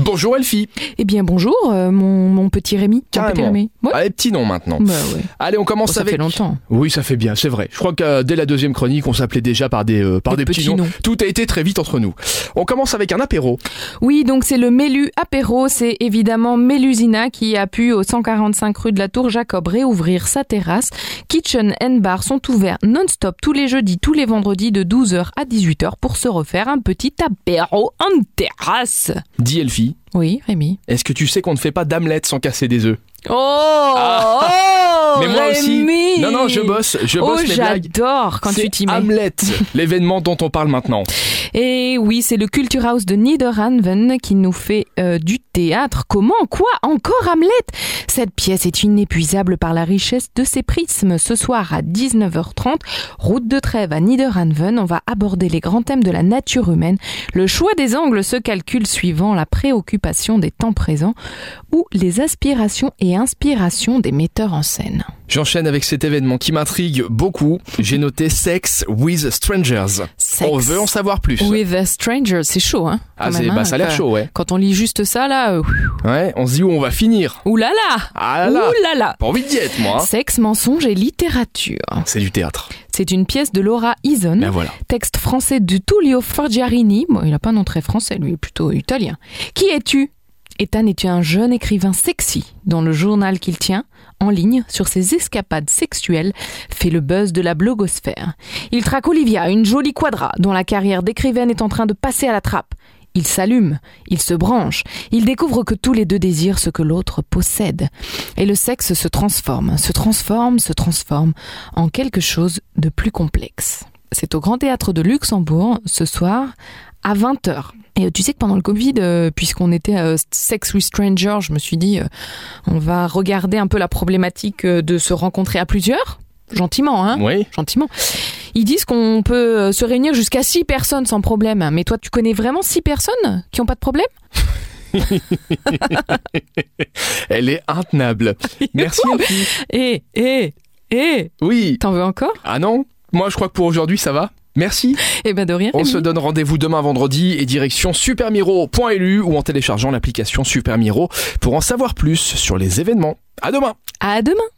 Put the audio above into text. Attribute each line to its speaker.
Speaker 1: Bonjour Elfie.
Speaker 2: Eh bien bonjour, euh, mon, mon petit Rémi. mon
Speaker 1: Carrément.
Speaker 2: petit Rémi. Ouais.
Speaker 1: Allez, petit nom maintenant.
Speaker 2: Bah ouais.
Speaker 1: Allez, on
Speaker 2: Bon,
Speaker 1: commence
Speaker 2: ça
Speaker 1: avec.
Speaker 2: fait longtemps.
Speaker 1: Oui, ça fait bien, c'est vrai. Je crois que euh, dès la deuxième chronique, on s'appelait déjà par des, euh, par
Speaker 2: Des
Speaker 1: des petits,
Speaker 2: petits
Speaker 1: noms.
Speaker 2: noms.
Speaker 1: Tout a été très vite entre nous. On commence avec un apéro.
Speaker 2: Oui, donc c'est le Mélu apéro, c'est évidemment Mélusina qui a pu au 145 rue de la Tour Jacob réouvrir sa terrasse. Kitchen and bar sont ouverts non-stop tous les jeudis, tous les vendredis de 12h à 18h pour se refaire un petit apéro en terrasse.
Speaker 1: Dis Elfie,
Speaker 2: Oui, Rémi.
Speaker 1: est-ce que tu sais qu'on ne fait pas d'omelette sans casser des œufs
Speaker 2: Oh, oh,
Speaker 1: Mais moi aussi.
Speaker 2: Rémi
Speaker 1: Non, non, je bosse, je
Speaker 2: Oh,
Speaker 1: bosse mes blagues.
Speaker 2: j'adore quand tu
Speaker 1: C'est
Speaker 2: t'y mets.
Speaker 1: Hamlet, l'événement dont on parle maintenant.
Speaker 2: Et oui, c'est le Culturhaus de Niederanven qui nous fait euh, du théâtre. Comment Quoi Encore Hamlet Cette pièce est inépuisable par la richesse de ses prismes. Ce soir à 19h30, route de Trèves à Niederanven, on va aborder les grands thèmes de la nature humaine. Le choix des angles se calcule suivant la préoccupation des temps présents ou les aspirations et inspirations des metteurs en scène.
Speaker 1: J'enchaîne avec cet événement qui m'intrigue beaucoup. J'ai noté Sex with Strangers.
Speaker 2: Sex
Speaker 1: On veut en savoir plus.
Speaker 2: With a stranger, c'est chaud, hein
Speaker 1: Ah,
Speaker 2: quand
Speaker 1: c'est-
Speaker 2: même, hein,
Speaker 1: bah, ça a l'air
Speaker 2: quand-
Speaker 1: chaud, ouais.
Speaker 2: Quand on lit juste ça, là, euh,
Speaker 1: Ouais, on se dit où on va finir.
Speaker 2: oulala là là
Speaker 1: Ah là là,
Speaker 2: Ouh là là
Speaker 1: pas envie d'y être, moi. hein.
Speaker 2: Sexe, mensonge et littérature.
Speaker 1: C'est du théâtre.
Speaker 2: C'est une pièce de Laura Ison,
Speaker 1: Ben voilà.
Speaker 2: texte français de Tullio Forgiarini. Bon, il n'a pas un nom très français, lui, il est plutôt italien. Qui es-tu Ethan est un jeune écrivain sexy dont le journal qu'il tient, en ligne, sur ses escapades sexuelles, fait le buzz de la blogosphère. Il traque Olivia, une jolie quadra, dont la carrière d'écrivaine est en train de passer à la trappe. Il s'allume, il se branche, il découvre que tous les deux désirent ce que l'autre possède. Et le sexe se transforme, se transforme, se transforme en quelque chose de plus complexe. C'est au Grand Théâtre de Luxembourg ce soir à 20h. Et euh, tu sais que pendant le Covid, euh, puisqu'on était à euh, Sex with Stranger, je me suis dit, euh, on va regarder un peu la problématique euh, de se rencontrer à plusieurs. Gentiment, hein
Speaker 1: Oui.
Speaker 2: Gentiment. Ils disent qu'on peut euh, se réunir jusqu'à 6 personnes sans problème. Mais toi, tu connais vraiment 6 personnes qui n'ont pas de problème
Speaker 1: Elle est intenable. Merci. Elfie.
Speaker 2: Eh, eh, eh
Speaker 1: Oui.
Speaker 2: T'en veux encore
Speaker 1: Ah non Moi, je crois que pour aujourd'hui, ça va. Merci.
Speaker 2: Eh ben de rien.
Speaker 1: On
Speaker 2: Rémi.
Speaker 1: se donne rendez-vous demain vendredi et direction supermiro.lu ou en téléchargeant l'application Supermiro pour en savoir plus sur les événements. À demain
Speaker 2: À demain